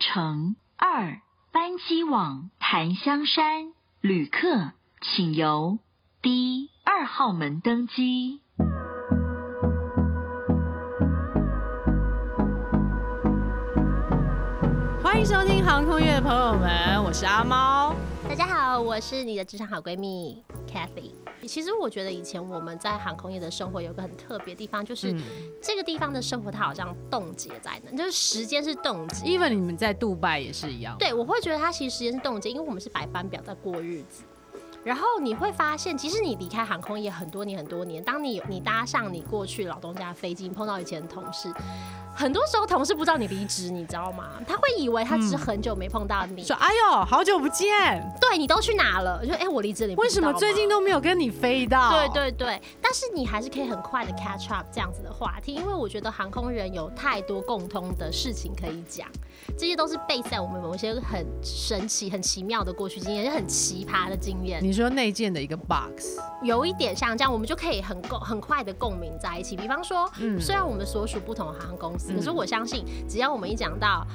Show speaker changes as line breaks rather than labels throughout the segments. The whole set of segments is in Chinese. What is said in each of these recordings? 乘二班机往檀香山，旅客请由 D 二号门登机。
欢迎收听航空业的朋友们，我是阿猫。
大家好，我是你的职场好闺蜜 Kathy。其实我觉得以前我们在航空业的生活有个很特别的地方，就是
嗯
这个地方的生活它好像冻结在那，就是时间是冻结。
，even 你们在杜拜也是一样，
对，我会觉得它其实时间是冻结，因为我们是白班表在过日子。然后你会发现，其实你离开航空业很多年很多年，当你你搭上你过去老东家的飞机，你碰到以前的同事，很多时候同事不知道你离职，你知道吗？他会以为他
嗯
只是很久没碰到你，
说哎呦，好久不见，
对你都去哪了？就哎、我离职了，你不
为
知
什
道
么最
吗
近都没有跟你飞到？
对，对对，但是你还是可以很快的 catch up 这样子的话题，因为我觉得航空人有太多共通的事情可以讲，这些都是背在我们某些很神奇、很奇妙的过去经验，也是很奇葩的经验，
你说内建的一个 box，
有一点像这样，我们就可以很共很快的共鸣在一起。比方说，
嗯
虽然我们所属不同的航空公司，
嗯
可是我相信，只要我们一讲到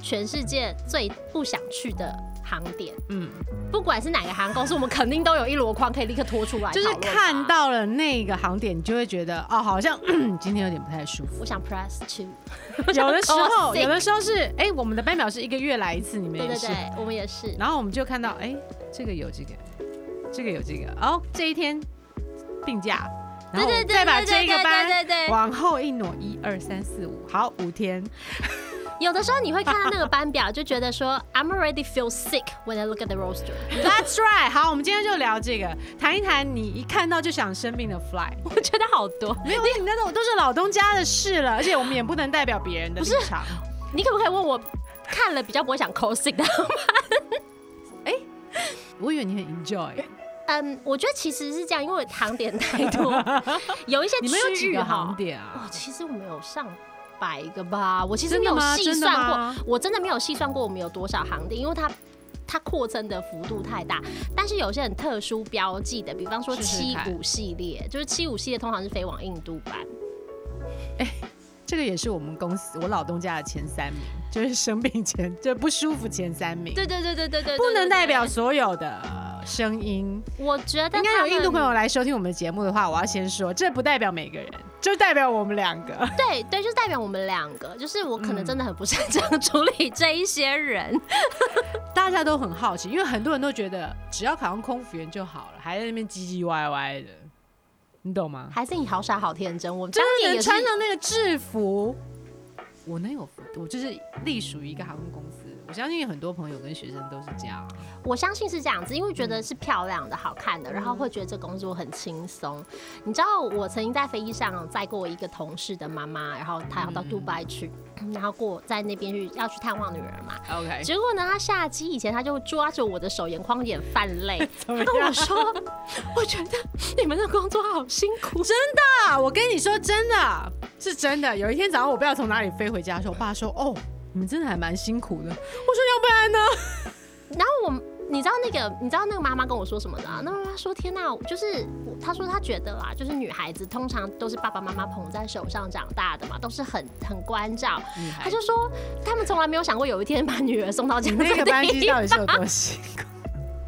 全世界最不想去的航点，
嗯，
不管是哪个航空公司，我们肯定都有一箩筐可以立刻拖出来讨
就
论
是
吧，
看到了那个航点，你就会觉得哦，好像 今天有点不太舒 服。
我想 press two，
有的时 候，
sick
有的时候是哎、我们的班表是一个月来一次，你们也
对对
是。
对，我们也是。
然后我们就看到哎、这个有这个，这个有这个，哦，这一天病假，然
对
后我
对
们
对，
再把
对对
这个
对
班
对对对，
往后一挪，一二三四五，好，五天。
有的时候你会看到那个班表，就觉得说 I'm already feel sick when I look at the roster。
That's right。好，我们今天就聊这个，谈一谈你一看到就想生病的 fly。
我觉得好多，
没有，你那种都是老东家的事了，而且我们也不能代表别人的立场。
你可不可以问我看了比较不会想 call sick 的？
我以为你很 enjoy，
嗯，我觉得其实是这样，因为航点太 多，有一些
你们有
区
几
域
个
哈
航。点
哦
啊？，
其实我们有上百个吧，我其实
真
没
的
有
吗
细
真的
算
吗
过，我真的没有细算过我们有多少航点，因为它。它扩增的幅度太大，但是有些很特殊标记的，比方说
试试
七
看
五系列，就是七五系列通常是飞往印度班，
这个也是我们公司我老东家的前三名，就是生病前就不舒服前三名。
对对对对对对，
不能
对
代表。所有的声音。
对我觉得
应该有
他们
印度朋友来收听我们的节目的话，我要先说，这不代表每个人，就代表我们两个。
对对，就代表我们两个，就是我可
嗯
能真的很不擅长 处理这一些人。
大家都很好奇，因为很多人都觉得只要考上空服员就好了，还在那边唧唧歪歪的，你懂吗？
还是你好傻好天真，我
真
当
的
年
能
也是
穿上那个制服，我能有服？我就是隶属于一个航空公司，我相信很多朋友跟学生都是这样啊。
我相信是这样子，因为觉
嗯
得是漂亮的、好看的，然后会觉得这工作很轻松。你知道，我曾经在飞机上载过一个同事的妈妈，然后她要
嗯
到杜拜去，然后过在那边去要去探望女儿嘛。
OK，
结果呢，她下机以前，她就抓着我的手，眼眶有点泛泪。
怎么
她跟我
样？
说：“ 我觉得你们的工作好辛苦。”真
啊，我跟你说真的，是真的。有一天早上我不知道从哪里飞回家的时候，我爸说：“哦，你们真的还蛮辛苦的。”我说：“要不然呢？”
然后我，你知道那个，你知道那个妈妈跟我说什么的、啊？那妈妈说：“天哪，就是我她说她觉得啦，就是女孩子通常都是爸爸妈妈捧在手上长大的嘛，都是很很关照。她就说他们从来没有想过有一天把女儿送到这样的
那个班
地
机到底是有多辛苦？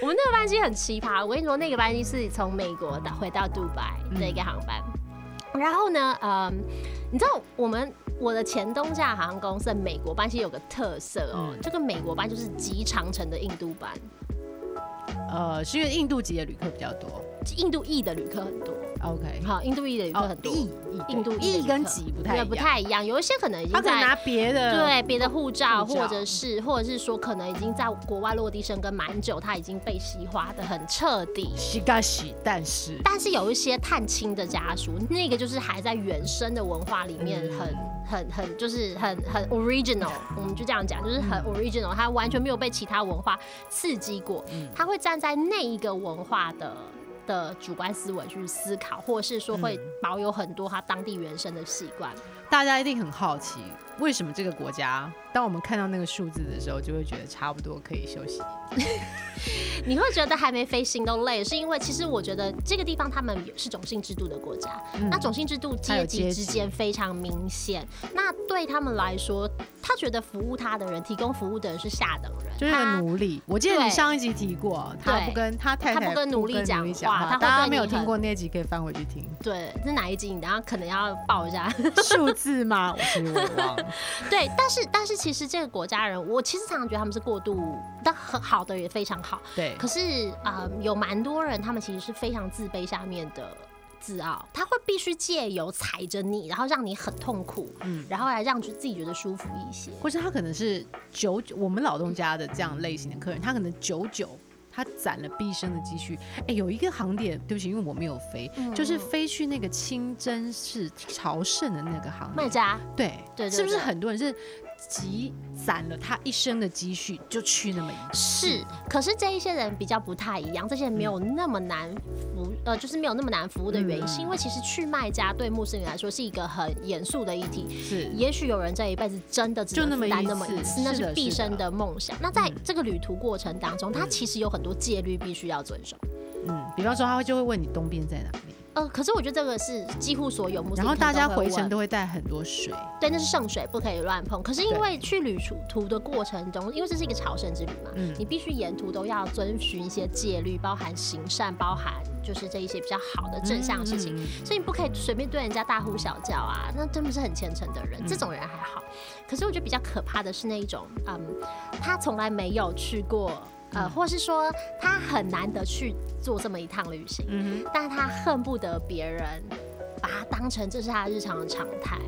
我们那个班机很奇葩，我跟你说，那个班机是从美国的回到杜拜的
嗯
一个航班。然后呢，嗯，你知道我们我的前东家航空公司的美国班机有个特色哦，
嗯
这个美国班就是极长城的印度班，
呃，是因为印度籍的旅客比较多。
印度裔的旅客很多。
OK，
好，印度裔的旅客很多，
意
印度裔的旅
意
客
跟籍不太一
对
样，
不太一样，有一些可能已
他
经
可能拿
在。
别的
对别的护照，
护照
或者是或者是说，可能已经在国外落地生根蛮久，他已经被西化的很彻底。
西嘎西，但是
但是有一些探亲的家属，那个就是还在原生的文化里面
嗯
很，很很就是很很 original，我们就这样讲，就是很 original，他完全没有被其他文化刺激过，他会站在那一个文化的。的主观思维去思考，或者是说会保有很多他当地原生的习惯。
大家一定很好奇，为什么这个国家，当我们看到那个数字的时候，就会觉得差不多可以休息。
你会觉得还没飞行都累，是因为其实我觉得这个地方他们是种姓制度的国
嗯
家，那种姓制度
还有
阶级
阶
之
级
间非常明显。那对他们来说，他觉得服务他的人、提供服务的人是下等人，
就是个
他
奴隶。我记得
对
你上一集提过，他
对
不跟他太太
他不跟奴隶
不
讲
讲
话他会
大家
对
没有
你
听
很
过那集可以翻回去 听。
对，是哪一集？你等一下可能要报一下。
数字吗？我其实我也忘了。
对，但是但是其实这个国家人，我其实常常觉得他们是过度，但很好的也非常好。
对
可，是啊、呃有蛮多人他们其实是非常自卑下面的自傲，他会必须借由踩着你，然后让你很痛苦，
嗯，
然后来让自己觉得舒服一些。
或是他可能是久久，我们老东家的这样类型的客人，他可能久久。他攒了毕生的积蓄，哎、有一个航点，对不起，因为我没有飞，
嗯
就是
嗯
飞去那个清真寺朝圣的那个航
卖
点，
家，
对
对对
是不是
对
很多人是集攒了他一生的积蓄就去那么一次？
是，可是这一些人比较不太一样，这些人没有那么难服，呃，就是没有那么难服务的原因，
嗯
是因为其实去卖家对穆斯林来说是一个很严肃的议题。
是
也许有人这一辈子真的只
就
能
那么
负担
一
那么一
次
次，那
是
是
的
毕
是
生
的
的梦想。那在
嗯
这个旅途过程当中，它
嗯
其实有很多戒律必须要遵守。
嗯，比方说他会就会问你东边在哪里，
呃，可是我觉得这个是几乎所有穆斯
然
林
后大家回
程
程都会带很多水，
对，那是圣水，不可以乱碰。可是因为去旅途途的过程中，因为这是一个朝圣之旅嘛，
嗯
你必须沿途都要遵循一些戒律，包含行善，包含就是这一些比较好的正向的事情。
嗯
所以你不可以随便对人家大呼小叫啊，那真的是很虔诚的
嗯
人，这种人还好。可是我觉得比较可怕的是那一种，嗯，他从来没有去过，
嗯
呃，或是说他很难得去做这么一趟旅行，
嗯
但他恨不得别人把他当成这是他日常的常态。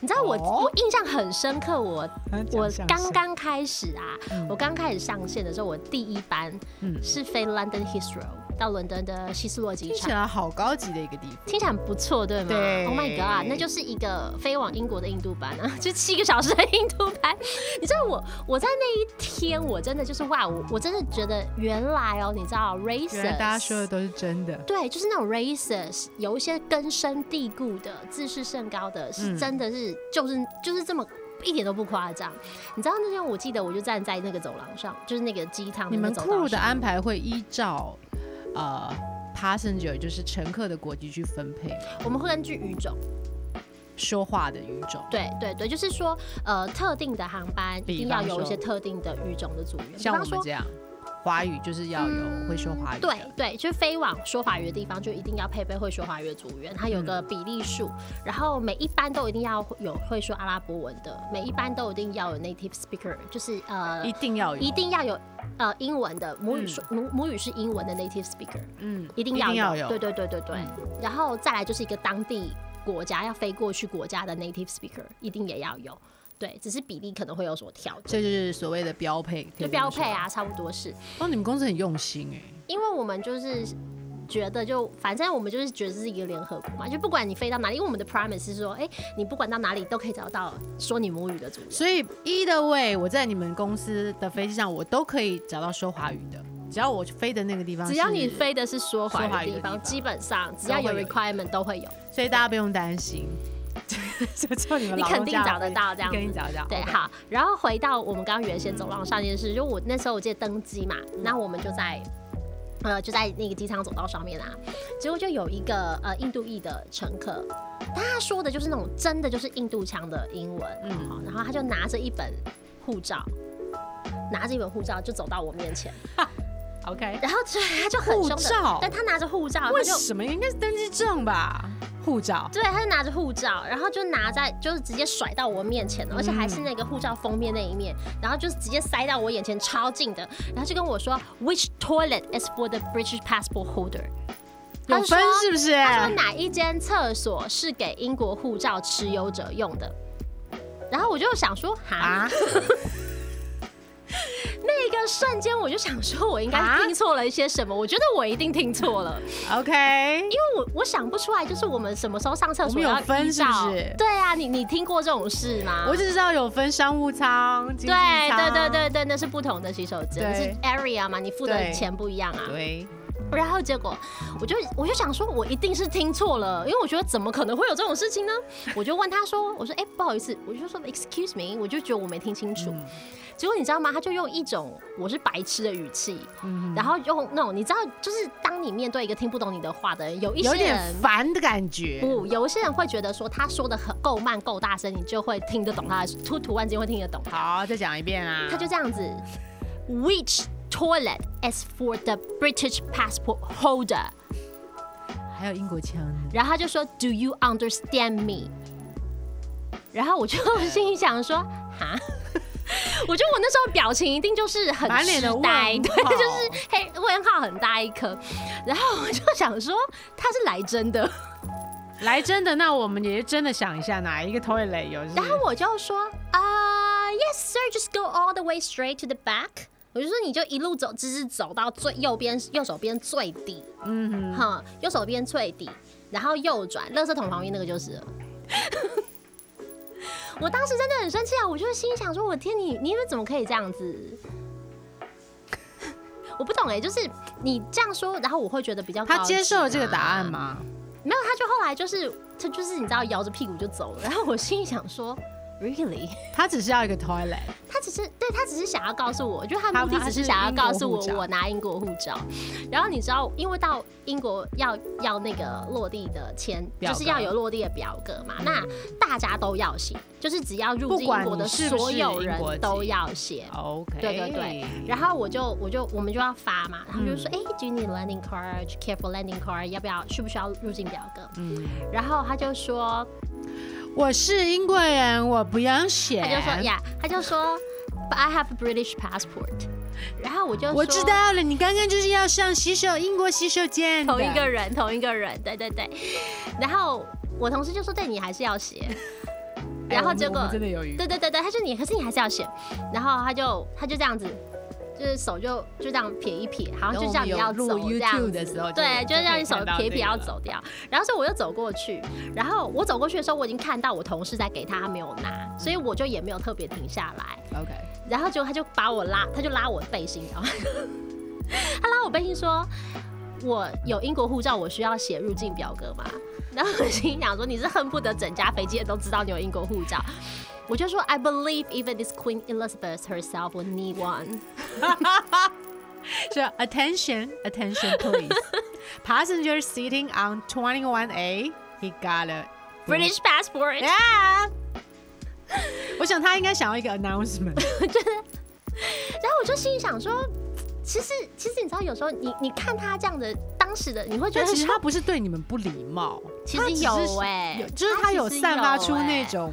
你知道我、
哦
我印象很深刻，我
哼，
我
讲
刚
相声
刚开始啊，
嗯
我刚开始上线的时候，我第一班
嗯
是飞 London Heathrow 到伦敦的希斯洛机
听起
场。
来好高级的一个地方。
听起来很不错，对吗
对
o h my god，那就是一个飞往英国的印度班啊， 就七个小时的印度班。你知道我我在那一天，我真的就是哇，我我真的觉得原来哦，你知道 racist，
原来大家说的都是真的。
对，就是那种 racist，有一些根深蒂固的、自视甚高的，是
嗯
真的是、就是就是这么。一点都不夸张，你知道那天我记得我就站在那个走廊上，就是那个鸡汤
你
的那
们
走
crew
廊
的
上。
安排会依照呃 passenger 就是乘客的国籍去分配吗
我们会根据语种，
说话的语种，
对对对，就是说呃特定的航班一
比
定要
方
有一
说
些特定的语种的组员，比
像
方
我们
说嗯
这样，华语就是要有会说华语的。
对对，就是飞往说华语的地方，就一定要配备会说华语的组员，他
嗯
有个比例数，然后每一班都一定要有会说阿拉伯文的，每一班都一定要有 native speaker，就是呃
一定要有，
一定要有呃英文的母语
嗯
说、母母语是英文的 native speaker，
嗯，
一定要有，
要
对对对对对，
嗯
然后再来就是一个当地国家要飞过去国家的 native speaker，一定也要有，对，只是比例可能会有所调整。
这就是所谓的标配，可以
就
这么
标
说
配。啊，差不多是，
哦，你们公司很用心哎、
因为我们就是觉得就，反正我们就是觉得这是一个联合国嘛，就不管你飞到哪里，因为我们的 promise 是说，哎、你不管到哪里都可以找到说你母语的组员。
所以 either way，我在你们公司的飞机上，我都可以找到说华语的，只要我飞的那个地方，
只要你，飞的是说华
啊说华语
语的
的
地方，
地方
基本上只要有
都会有
requirement 都会有。
所以大家不用担心， 就就你们
你
老
肯
东
定
家
找得
飞
到这样
你肯定找得到。
对，
OK
好，然后回到我们刚刚原先走廊上这件事，就我那时候我记得登机嘛，
嗯
那我们就在。呃，就在那个机舱走道上面啊，结果就有一个呃印度裔的乘客，他说的就是那种真的就是印度腔的英文，
嗯
嗯，然后他就拿着一本护照，拿着一本护照就走到我面前，
OK，
然后就 他就很
护
凶的，
照
但他拿着护照，啊他
为
就
什么应该是登记证吧？护照。
对，他就拿着护照，然后就拿在，就是直接甩到我面前了，而且还是
嗯
那个护照封面那一面，然后就是直接塞到我眼前超近的，然后就跟我说，Which toilet is for the British passport holder？他
有
就
分
说
是不是？
他说哪一间厕所是给英国护照持有者用的？然后我就想说，哈，
啊，
那一个瞬间我就想说，我应该
啊
听错了一些什么，我觉得我一定听错了。
OK，
因为我我想不出来，就是我们什么时候上厕所
我们有
要
分
依照
是不是
对啊，你你听过这种事吗？
我只知道有分商务舱、经济
对
舱
对对对对，那是不同的洗手间，
对
是 area 嘛，你付的
对
钱不一样啊。
对，
然后结果我就我就想说，我一定是听错了，因为我觉得怎么可能会有这种事情 呢？我就问他说，我说哎、不好意思，我就说 excuse me，我就觉得我没听清楚。
嗯
结果你知道吗？他就用一种我是白痴的语气，
嗯
然后用那种你知道，就是当你面对一个听不懂你的话的人，嗯有一
有
些
点
人
烦的感觉。
不，有一些人会觉得说他说的很够慢、够大声，你就会听得懂他的，突突然间会听得懂他。
好，再讲一遍啊！
他就这样子，Which toilet is for the British passport holder？
还有英国腔的，
然后他就说，Do you understand me？然后我就心里想说，哈。我觉得我那时候表情一定就是很
满脸
痴
的
呆，
问
对，
号
就是黑问号很大一颗。然后我就想说，他是来真的。
来真的，那我们也真的想一下，哪一个 toilet 有是？
然后我就说啊、y e s sir, just go all the way straight to the back。我就说你就一路走，直直走到最右边，
嗯
右手边最底，嗯哼，右手边最底，然后右转，垃圾桶旁边那个就是 了。我当时真的很生气啊！我就心想说：“我天你，你们怎么可以这 样子？”我不懂哎、就是你这样说，然后我会觉得比较
他
高
接受了
级
这个答
啊
案吗？
没有，他就后来就是他就是你知道摇着屁股就走了，然后我心里想说，really，
他只是要一个 toilet，
他只是对他只是想要告诉我，我觉得他
他
的目的
他
只是
是
想要
英国
告诉
护
我
照
我拿英国护照，然后你知道，因为到英国要要那个落地的签，
表
就是
格
要有落地的表格嘛，那大家都要写，就是只要入
不
境
管
英国
你
的
是不
所
是
有
英
人
国
都
籍
要写，
OK，
对对对，然后我就我就我们就要发嘛，然后就说，哎、d o you need landing card? Careful landing card，要不要需不需要入境表格？
嗯，
然后他就说，
我是英国人，我不用写，
他就说呀，他就说，But I have a British passport。然后我就说
我知道了，你刚刚就是要上洗手英国洗手间的
同一个人，同一个人，对对对。然后我同事就说，对你还是要 写。
哎
然
我
后
们
结
我
果、
们真的有鱼，
对对对对，他说你，可是你还是要写。然后他就他就这样子，就是手就就这样撇一撇，好像就像你要走
哦然后我们有录
这样子
YouTube 的时候就
对，就是让你手
就可以看到
撇一撇
这个
要走掉。然后所以我又走过去，然后我走过去的时候，我已经看到我同事在给他，他没有拿，所以我就也没有特别停下来。
OK，
然后结果他就把我拉，他就拉我的背心，然后 他拉我背心说：“我有英国护照，我需要写入境表格嘛？”然后我心想说：“你是恨不得整架飞机人都知道你有英国护照。”我就说：“I believe even this Queen Elizabeth herself would need one。
说 attention attention please passenger sitting on twenty one A he got a
British passport。
哎 yeah，我想他应该想要一个 announcement，
然后我就心里想说。其实，其实你知道，有时候你你看他这样的当时的，你会觉
但
得
哎其实
说
他不是对你们不礼貌，
其
他
实
只是
有欸
有就是
他
他
其
有
实
散发
有
出那
欸
种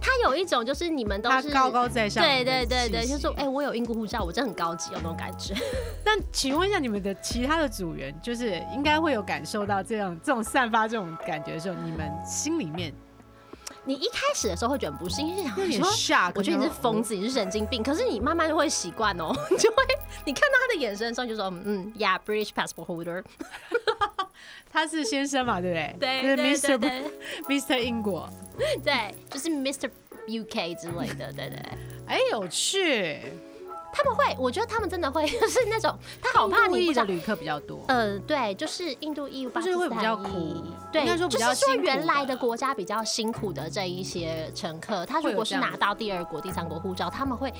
他有一种就是你们都
他
是
高高在上的气
对
息，
对对对，就说哎、我有英国护照，我真的很高级，有哦那种感觉。
但请问一下，你们的其他的组员，就是应该会有感受到这样这种散发这种感觉的时候，你们心里面
你一开始的时候会觉得不适应，就
有
想
点
说。
吓，
我觉得你是疯，子，你是神经病。可是你慢慢会习惯哦， 你就会你看到他的眼神的时候，你就说嗯嗯，Yeah, British passport holder。
他是先生嘛，对不对？
对
就是
对对
Mr.
对
Mr. 英国，
对，就是 Mr. UK 之类的，对对对。
哎，有趣，
他们会，我觉得他们真的会， 就是那种他好
印
怕你
度
不
裔
知道
的旅客比较 多，
呃，对，就是印度裔，
不是会比较
巴基斯坦
苦
裔
应该
对，
说比
就
较
是说
辛苦
原来
的
的国家比较辛苦的这一些乘客，他
会
如
有
果
这
是
样
拿
子
到第二国、第三国护照，他们会。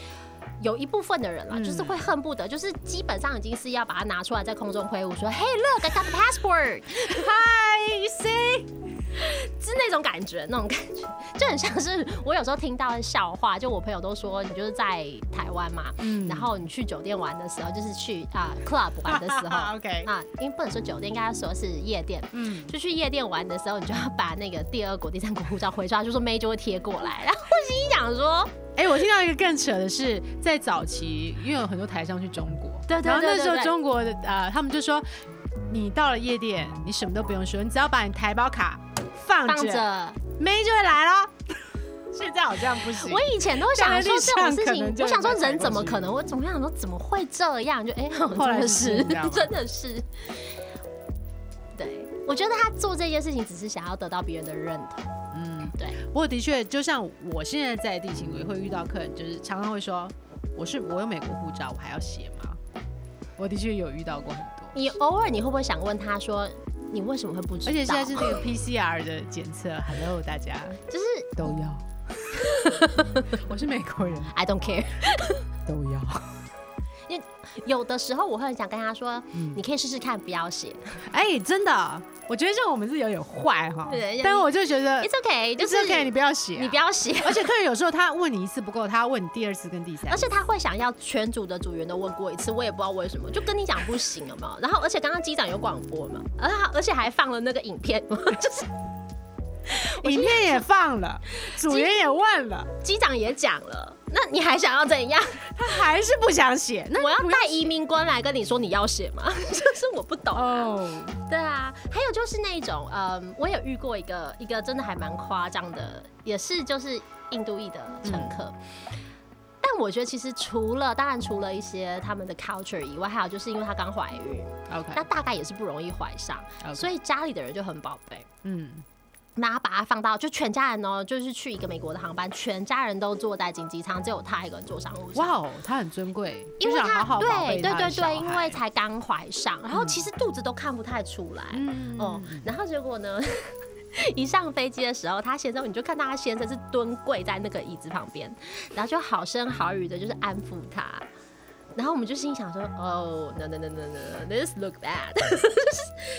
有一部分的人啦，就是
嗯
会恨不得，就是基本上已经是要把它拿出来在空中挥舞，说 “Hey, look, I got the passport”，
嗨，you see，
是那种感觉，那种感觉，就很像是我有时候听到的笑话，就我朋友都说，你就是在台湾嘛，
嗯
然后你去酒店玩的时候，就是去啊、club 玩的 时候，
，OK，
啊，因为不能说酒店，应该说是夜店。
嗯，
就去夜店玩的时候，你就要把那个第二国、第三国护照回抓，就说妹就会贴过来。然后我心里想说，
哎，我听到一个更扯的是，在早期，因为有很多台商去中国，
对对
然后
对
那
对
时候
对
中国的呃，他们就说，你到了夜店，你什么都不用说，你只要把你台胞卡放
放
着，
着。
妹就会来了。现在好像不行
我以前都会想说这种事
看来立场可能
情，
就
我想说
很难
人怎么
改过去
可能？我总想说怎么会这样？就哎，
后来是
真
这
的
样
是，
吗
真的是。对，我觉得他做这件事情只是想要得到别人的认同。
嗯，
对。
不过的确，就像我现在在地勤，我也会遇到客人，就是常常会说，我是我有美国护照，我还要写吗？我的确有遇到过很多。
你偶尔你会不会想问他说，你为什么会不知
而
道？
且现在是那个 PCR 的检测，Hello 大家
就是
都要。 我是美国人，
I don't care。
都要。
有的时候我会很想跟他说，
嗯
你可以试试看，不要写。
哎、真的，我觉得这种我们是有点坏哈。
对
但我就觉得
It's okay，就是
OK，你不要写啊、
你不要写。
而且客人有时候他问你一次不够，他要问你第二次跟第三次。
而且他会想要全组的组员都问过一次，我也不知道为什么，就跟你讲不行有没有？然后而且刚刚机长有广播嘛，而他而且还放了那个影片， 就是
影片也放了，组员也问了，
机长也讲了，那你还想要怎样？
他还是不想写。 那
我要带移民官来跟你说你要写吗？ 就是我不 懂。
哦，
对啊，还有就是那种，嗯，我有遇过一个一个真的还蛮夸张的，也是就是印度裔的乘
嗯
客。但我觉得其实除了当然除了一些他们的 culture 以外，还有就是因为她刚怀孕，那
OK，
大概也是不容易怀上，所
以
以家里的人就很宝贝。
嗯，
那他把她放到就全家人哦，就是去一个美国的航班，全家人都坐在经济舱，只有她一个人坐商务舱。
哇哦，他很尊贵，
因为
就想
她
好好宝
对
贝
对
他的
对
小孩
对，因为才刚怀上，然后
嗯
其实肚子都看不太出来，
嗯
哦，然后结果呢， 一上飞机的时候，他先生你就看到他先生是蹲跪在那个椅子旁边，然后就好声好语的，就是安抚他。然后我们就心想说，哦、n o no no no no，this look bad。就是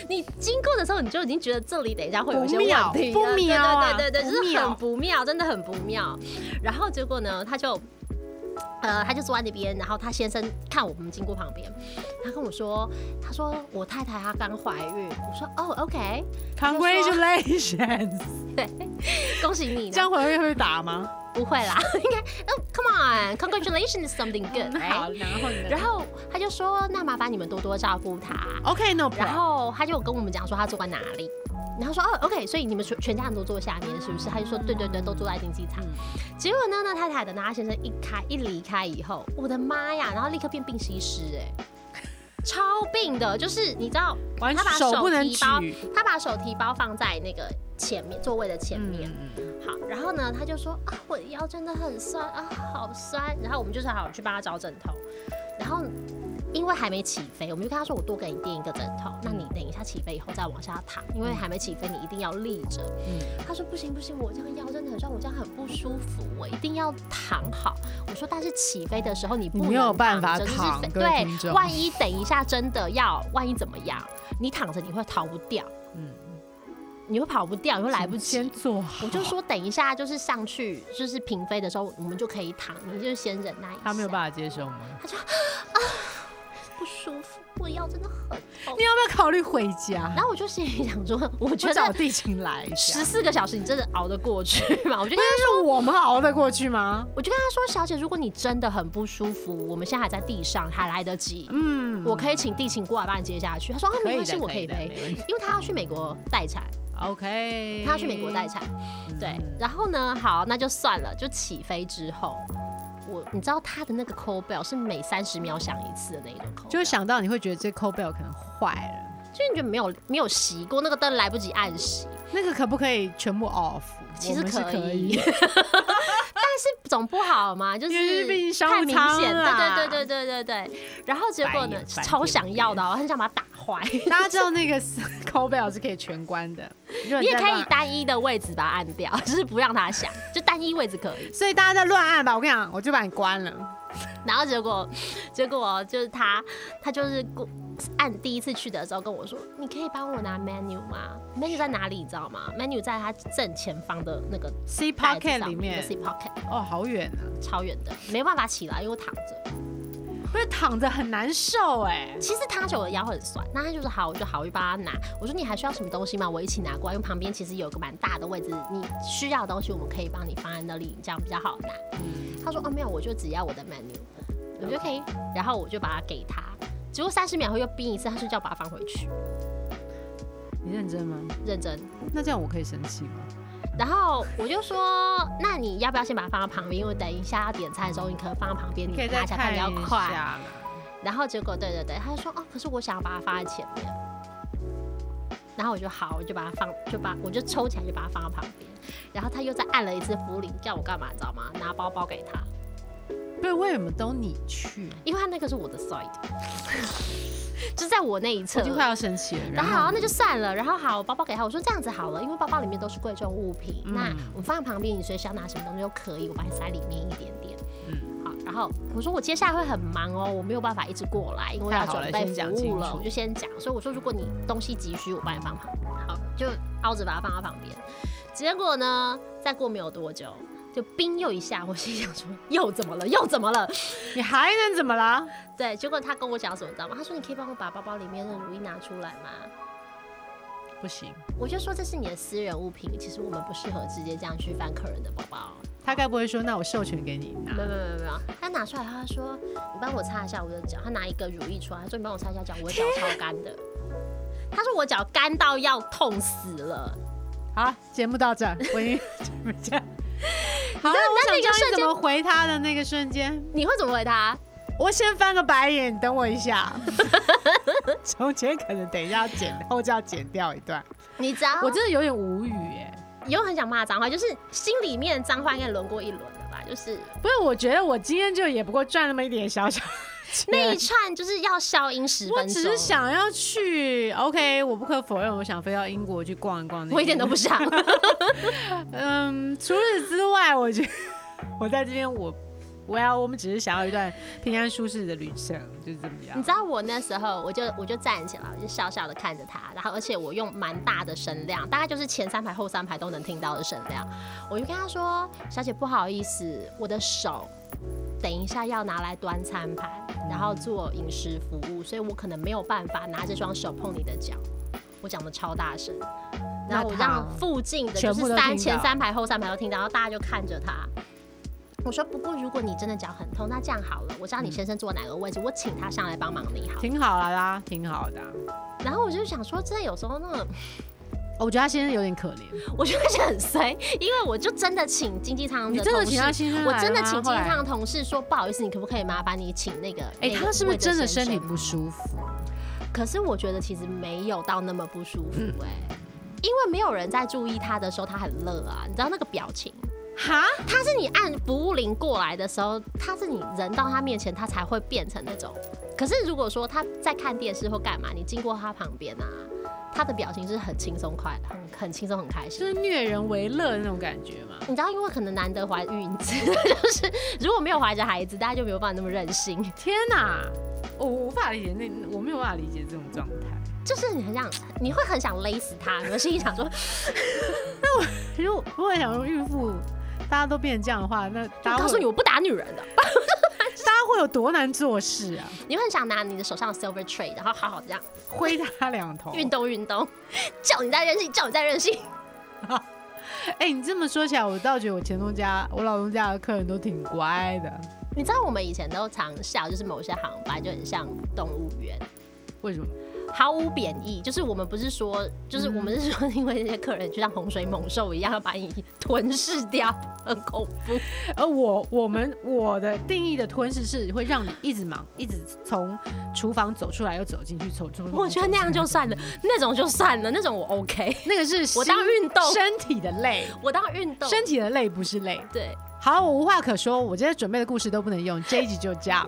你经过的时候，你就已经觉得这里等一下会有一些问题了，
不妙不妙啊
对对对对，
不
就是
妙
很不妙，真的很不妙。然后结果呢，他就，呃，他就坐在那边，然后他先生看我们经过旁边，他跟我说，他说我太太她刚怀孕，我说哦，OK，
，Congratulations，
恭喜你，
这样回会被打吗？
不会啦， 应该，哦，Come on，Congratulations is something good，、
嗯
哎
好，然后呢
然后他就说，那麻烦你们多多照顾她。
？OK，no
然
problem。
后他就有跟我们讲说他坐在哪里，然后说哦，OK，所以你们全全家人都坐下面是不是？他就说对对对，都坐在经济舱。
嗯
结果呢，那太太等到他先生一开一离开以后，我的妈呀，然后立刻变病西施哎、超病的，就是你知道，
完
他把
手不能
提包
举，
他把手提包放在那个前面座位的前面。
嗯，嗯
好，然后呢，他就说啊，我的腰真的很酸啊，好酸。然后我们就是好去帮他找枕头，然后因为还没起飞，我们就跟他说，我多给你垫一个枕头，那你等一下起飞以后再往下躺，因为还没起飞，你一定要立着。
嗯
他说不行不行，我这样腰真的很酸，我这样很不舒服，我一定要躺好。我说但是起飞的时候你不
你
能
没有办法
着就是
躺
飞
各位听
对，
众
万一等一下真的要，万一怎么样，你躺着你会逃不掉，
嗯
你会跑不掉，你会来不及。
先做好。
我就说等一下，就是上去就是平飞的时候，我们就可以躺，你就先忍耐一下。
他没有办法接受吗？
不舒服，我腰真的很痛
你。要不要考虑回家？
然后我就心里想说，我觉
我找
得
地勤来一下
十。四个小时你真的熬得过去吗？我就
但
跟
是我们熬得过去吗？
我就跟他说，小姐，如果你真的很不舒服，我们现在还在地上，还来得及。
嗯，
我可以请地勤过来把你接下去。他说啊，
可
没
以
关系，
的，
我可以
的
背，
没问题
因为他要去美国待产，
OK，
他要去美国待产。
嗯
对，然后呢，好，那就算了，就起飞之后，我你知道他的那个 call bell 是每三十秒响一次的那一种 call，
就是，
bell
想到你会觉得这 call bell 可能坏了，
就是你觉得没有没有熄过那个灯，来不及按熄，
那个可不可以全部 off？
其实
我们是可
以，但是总不好嘛，就
因为
是
毕竟商务
太明
舱
显，
啦
对对对对对对对，然后结果呢
啊白，眼
超想要的哦，我很想把它打坏。
大家知道 那个 call bell 是可以全关的，你
你也可以，单一的位置把它按掉，就是不让它响，就单一位置可以。
所以大家在乱按吧，我跟你讲，我就把你关了。
然后结果，结果就是他，他就是过按第一次去的时候跟我说：“你可以帮我拿 menu 吗？menu 在哪里？你知道吗？menu 在他正前方的那个
C
袋子
pocket
上
里面
c pocket
哦，好远啊，
超远的，没办法起来，因为我躺着。
不是躺着很难受哎，
其实他觉得我的腰很酸，那他就说好，我就好，我就帮他拿。我说你还需要什么东西吗？我一起拿过来，因为旁边其实有个蛮大的位置，你需要的东西我们可以帮你放在那里，你这样比较好拿。他说哦没有，我就只要我的 menu，我就可以，然后我就把它给他。结果三十秒后又冰一次，他就叫我把它放回去，
你认真吗？
认真。
那这样我可以生气吗？
然后我就说，那你要不要先把它放到旁边？因为等一下要点菜的时候，你可能放到旁边，你
可以
拿
再
起来看
看
比
一
较
下
快。
啦。
然后结果对对对，他就说哦，可是我想要把它放在前面。然后我就好，我就把它放，就把我就抽起来，就把它放到旁边。然后他又再按了一次福林，叫我干嘛，你知道吗？拿包包给他，
对，为什么都你去？
因为他那个是我的 side。就在我那一侧
我。就快要生气了。
然
然
后好，
后
那就算了。然后好，我包包给他，我说这样子好了，因为包包里面都是贵重物品，
嗯
那我放在旁边，你随时要拿什么东西都可以，我把你塞里面一点点。
嗯，
好，然后我说我接下来会很忙哦，我没有办法一直过来，因为我要
太好
准
了
备
先讲
服务
清
了，
楚
我就先讲。所以我说，如果你东西急需，我帮你放旁，好，就凹着把它放在旁边。结果呢，再过没有多久，就冰又一下，我心想说又怎么了，又怎么了？
你还能怎么啦？
对，结果他跟我讲什么，你知道吗？他说你可以帮我把包包里面的乳液拿出来吗？
不行，
我就说这是你的私人物品，其实我们不适合直接这样去翻客人的包包。
他该不会说那我授权给你拿
没？有没有没有没有，他拿出来，他说你帮我擦一下我的脚。他拿一个乳液出来，他说你帮我擦一下脚，我的脚超干的。他说我脚干到要痛死了。
好，节目到这儿，我 已经怎么讲？好，
知道
我
那
想
个
知道
瞬
你怎
间
么回他的那个瞬间，
你会怎么回他？
我先翻个白眼，你等我一 下。中间可能等一下要剪，后就要剪掉一段。
你知道，
我真的有点无语哎、
你又很想骂脏话，就是心里面脏话应该轮过一轮了吧？就是
不是，我觉得我今天就也不过赚那么一点小小钱
那一串就是要消音十分
我
钟。
只是，想要去，OK，我不可否认，我想飞到英国去逛一逛。
我一点都不。想。
嗯，除此之外，我觉得我在这边我，我要我们只是想要一段平安舒适的旅程，就是这么样。
你知道我那时候，我就我就站起来，我就笑笑的看着他，然后而且我用蛮大的声量，大概就是前三排后三排都能听到的声量，我就跟他说：“小姐，不好意思，我的手等一下要拿来端餐盘，然后做饮食服务，所以我可能没有办法拿这双手碰你的脚。”我讲的超大声，然后我
那他
让附近的就
全部
是
都
三
听
前
到
三排后三排都听到，然后大家就看着他。我说不过，如果你真的脚很痛，那这样好了，我知道你先生坐哪个位置，我请他上来帮忙你好。
挺好啦啦，挺好的啊、
然后我就想说，真的有时候那个，
我觉得他先生有点可怜，
我就开始很衰，因为我就真的请经济舱
你
的
真
同
的
事，
请他先生
我
来
真的
吗
请
后
经济
来
舱的同事说，不好意思，你可不可以麻烦你请那个？
哎、
那个
他是不是
魏德
真的
先
身
生
体不舒服？
可是我觉得其实没有到那么不舒服哎、因为没有人在注意他的时候，他很乐啊，你知道那个表情。
哈？
他是你按服务铃过来的时候，他是你人到他面前，他才会变成那种。可是如果说他在看电视或干嘛，你经过他旁边啊，他的表情是很轻松快，很很轻松很开
嗯
心
就。是虐人为乐的那种感觉嘛？
你知道，因为可能难得怀孕， 就是如果没有怀着孩子，大家就没有办法那么任性。
天哪，我我无法理解那，我没有办法理解这种状态。
就是你很想，你会很想勒死他，你心里想说，
如果如果想说孕妇大家都变成这样的话，那大家
我告诉
会
你，
有
我不打女人的。
大家会有多难做事啊？
你会很想拿你的手上的 silver tray，然后好好这样
挥他两头。
运动运动，叫你再任性，叫你再任性。
哎、你这么说起来，我倒觉得我前东家、我老东家的客人都挺乖的。
你知道我们以前都常笑，就是某些航班就很像动物园，
为什么？
毫无贬义。就是我们不是说，就是我们是说，因为那些客人就像洪水猛兽一样要把你吞噬掉，很恐怖。
而我、我们、我的定义的吞噬是会让你一直忙，一直从厨房走出来又走进去，走出。
我觉得那样就算了，那种就算了，那种我 OK。
那个是
我当
心
运动
身体的累，
我当运动，
身体的累不是累。
对，
好，我无话可说，我今天准备的故事都不能用，这一集就这样。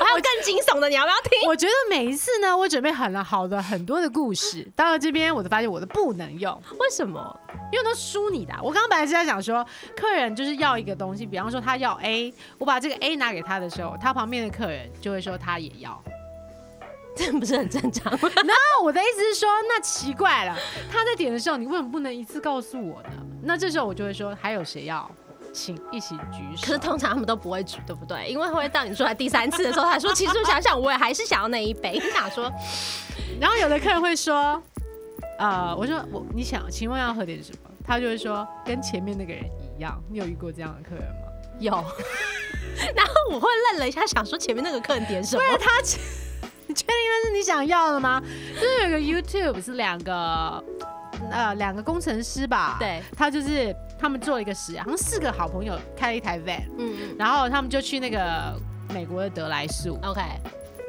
我还有更惊悚的，你要不要听？
我觉得每一次呢，我准备很了好的很多的故 事，到了这边我都发现我的不能用，
为什么？
因为都输你的啊、我刚刚本来是在想说，客人就是要一个东西，比方说他要 A，我把这个 A 拿给他的时候，他旁边的客人就会说他也 要。
这不是很正常吗？
那我的意思是说，那奇怪了，他在点的时候，你为什么不能一次告诉我呢？那这时候我就会说，还有谁要？请一起举
可是
手。
通常他们都不会举，对不对？因为会到你出来第三次的时候，他说：“其实我想想，我也还是想要那一杯。”你想说，
然后有的客人会说，呃，我说我你想，请问要喝点什么？他就会说跟前面那个人一样。你有遇过这样的客人吗？
有。 然后我会愣了一下，想说前面那个客人点什么？
对他其，你确定那是你想要的吗？就是有个 YouTube 是两个。呃，两个工程师吧，
对，
他就是他们做了一个实验，好像四个好朋友开了一台 van，
嗯
然后他们就去那个美国的德莱素，
，OK，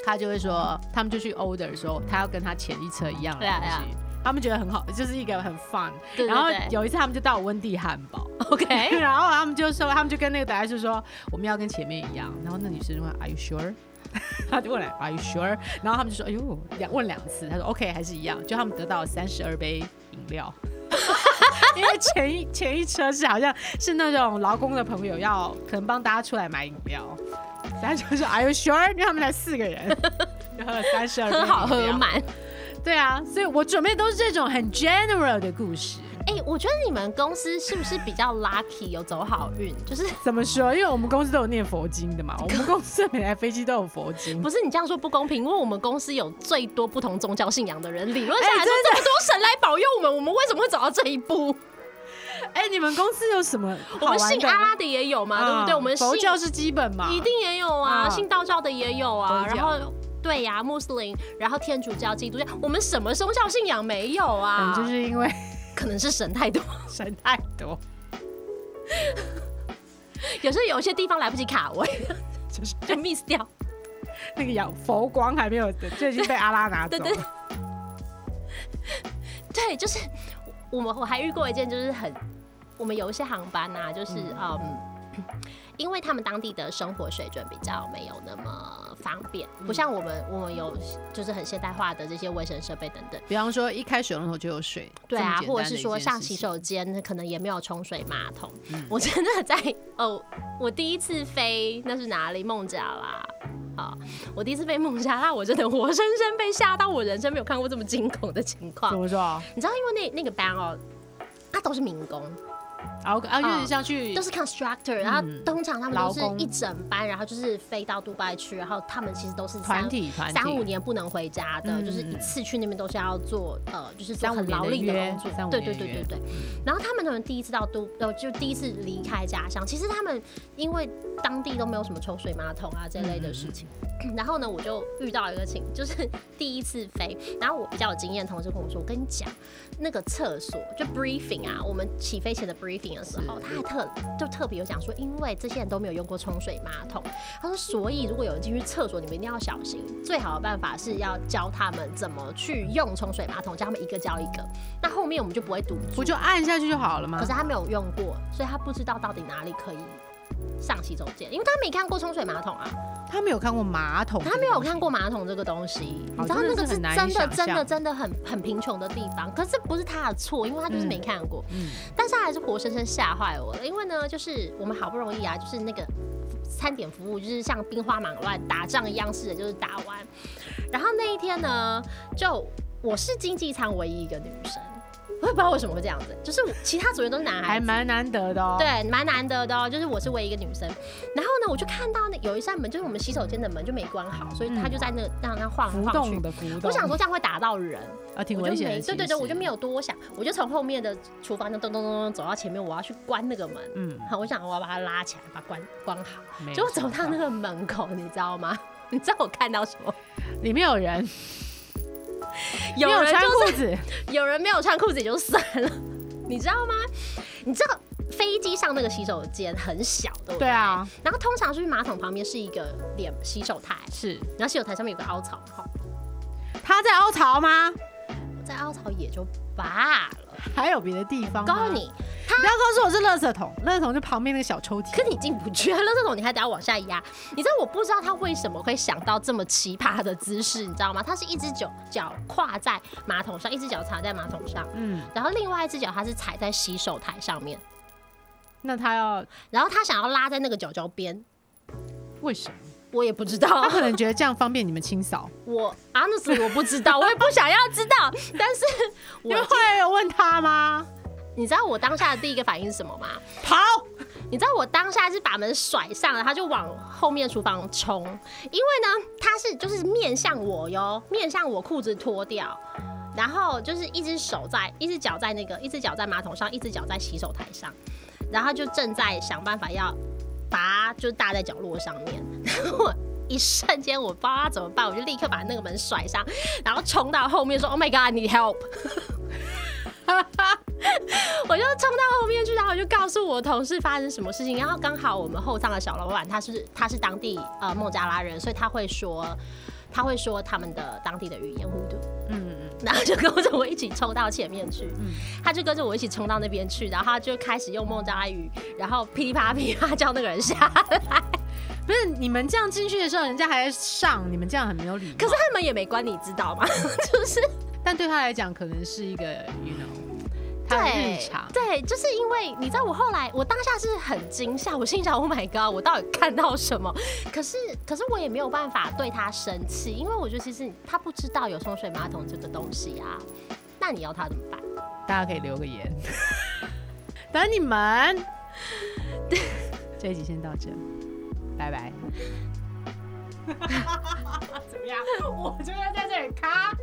他就会说，他们就去 order 说他要跟他前一车一样的
对啊
东
对啊
西，他们觉得很好，就是一个很 fun，
对对
然后
对
有一次他们就到温蒂汉堡，
OK，
然后他们就说，他们就跟那个德莱士说，我们要跟前面一样。然后那女生就问，Are you sure？ 他就问了 Are you sure？然后他们就说哎呦，两问两次，他说 OK 还是一样，就他们得到三十二杯饮料。 因为前一前一车是好像是那种劳工的朋友要可能帮大家出来买饮料，然后就说 Are you sure？因为他们才四个人，就喝了三十二杯饮
喝
料，
好喝满。
对啊，所以我准备都是这种很 general 的故事。
哎、我觉得你们公司是不是比较 lucky 有走好运？就是
怎么说？因为我们公司都有念佛经的嘛， 我们公司每台飞机都有佛经
不。是你这样说不公平，因为我们公司有最多不同宗教信仰的人，理论上
哎
来说，这么多神来保佑我们，我们为什么会走到这一步？
哎、你们公司有什么
我
好玩
们
的？
信阿拉的啊也有嘛，对不对？
嗯
我们信
佛教是基本嘛，
一定也有啊，
嗯
信道教的也有啊，
佛教
然后。对呀、穆斯林，然后天主教、基督教，我们什么宗教信仰没有
可
啊？
能就是因为
可能是神太多，
神太多，
有时候有一些地方来不及卡位，
就是
就 miss 掉。
那个阳佛光还没有，就已经被阿拉拿走
对
了。
对对，就是我们我还遇过一件，就是很我们有一些航班啊，就是嗯。 因为他们当地的生活水准比较没有那么方便，不像我们，我们有就是很现代化的这些卫生设备等等。
比方说，一开水龙头就有水，
对啊
这么简单，的
或者是说
一件
上
事
洗
情，
手间可能也没有冲水马桶。
嗯
我真的在哦，我第一次飞那是哪里？孟加拉。啊、我第一次飞孟加拉，我真的活生生被吓到，我人生没有看过这么惊恐的情况
怎。么说啊？
你知道，因为那那个班哦，它都是民工，
啊，我啊，就是像去，
都是 constructor，然后
嗯
通常他们都是
劳工
一整班，然后就是飞到杜拜去，然后他们其实都是三
团体团体
三五年不能回家的，
嗯
就是一次去那边都是要做呃，就是做
三五
很
年
劳
的
力的
约
工作
三，五
对
年
对
的
对对
约
对。然后他们可能第一次到都呃，就第一次离开家乡，其实他们因为当地都没有什么抽水马桶啊这类的事情。
嗯
然后呢，我就遇到一个情，就是第一次飞，然后我比较有经验的同事跟我说，我跟你讲，那个厕所就 briefing 啊，我们起飞前的 briefing 的时候，他还特就特别有讲说，因为这些人都没有用过冲水马桶，他说，所以如果有人进去厕所，你们一定要小心。最好的办法是要教他们怎么去用冲水马桶，教他们一个教一个。那后面我们就不会堵住
不。就按下去就好了吗
可是？他啊没有用过，所以他不知道到底哪里可以上洗手间，因为他没看过冲水马桶啊，
他没有看过马桶，
他没有看过。马桶这个东西。你
好
知道
哦真的
那个
是
是
很难以
真的
想
真的
象
真的很很贫穷的地方，可是不是他的错，因为他就是没看过。
嗯，
但是他还是活生生吓坏我了。因为呢，就是我们好不容易啊，就是那个餐点服务，就是像兵荒马乱打仗一样似的，就是打完。然后那一天呢，就我是经济舱唯一一个女生，我也不知道为什么会这样子，就是我其他组员都是男孩
还
子。
蛮难得的哦。，
对，蛮难得的哦，就是我是唯一一个女生。然后呢，我就看到那有一扇门，就是我们洗手间的门就没关好，所以他就在那那那晃来
嗯浮
晃啊去
动。的浮动。
我想说这样会打到人，
啊，挺
我
危
就
险
没
的。
对对对，我就没。
啊
有多想，我就从后面的厨房就咚咚咚咚走到前面，我要去关那个门。
嗯，
好，我想我要把它拉起来，把它关关好。
没有嗯
结果走到
想
那个门口，你知道吗？ 你知道我看到什么？
里面有人，
有
没有
人
穿
就
裤子，
是有人没有穿裤子也就算了， 你知道吗？你知道飞机上那个洗手间很小，对不
对啊，
然后通常就是马桶旁边是一个脸洗手台，
是
然后洗手台上面有个凹槽，好，
他在凹槽吗？
我在凹槽也就罢了。
还有别的地方？
告诉，你，
不要告诉我是垃圾桶，垃圾桶就旁边那个小抽屉。
可你进不去，那这种你还得要往下压。你知道我不知道他为什么会想到这么奇葩的姿势，你知道吗？他是一只脚脚跨在马桶上，一只脚插在马桶上，
嗯，
然后另外一只脚他是踩在洗手台上面，
那他要
然后他想要拉在那个脚脚边，
为什么？
我也不知道
他，可能觉得这样方便你们清 扫。
我 honestly 我不知道，我也不想要知道，但是
你们
我
后来有问他吗？
你知道我当下的第一个反应是什么吗？
跑，
你知道我当下是把门甩上了，他就往后面厨房冲，因为呢，他是就是面向我哟，面向我裤子脱掉，然后就是一只手在，一只脚在那个，一只脚在马桶上，一只脚在洗手台上，然后就正在想办法要把它就是搭在角落上面，然后我。一瞬间，我不知道他怎么办，我就立刻把那个门甩上，然后冲到后面说：“Oh my god, need help！” 我就冲到后面去，然后我就告诉我同事发生什么事情。然后刚好我们后舱的小老板，他是他是当地呃孟加拉人，所以他会说他会说他们的当地的语言乌都，
嗯嗯，
然后就跟着我一起冲到前面去。他就跟着我一起冲到那边去，然后他就开始用孟加拉语，然后噼里啪啦噼里啪啦叫那个人下来。
不是你们这样进去的时候，人家还在上，你们这样很没有礼貌。
可是他们也没关，你知道吗？ 就是
但对他来讲，可能是一个 you know，他的日
对
常。
对，就是因为你知道，我后来我当下是很惊吓，我心想 Oh my god，我到底看到什么？可是可是我也没有办法对他生气，因为我觉得其实他不知道有冲水马桶这个东西啊，那你要他怎么办？
大家可以留个言， 等你们。 这一集先到这，拜拜。怎么样？我就要在这里卡。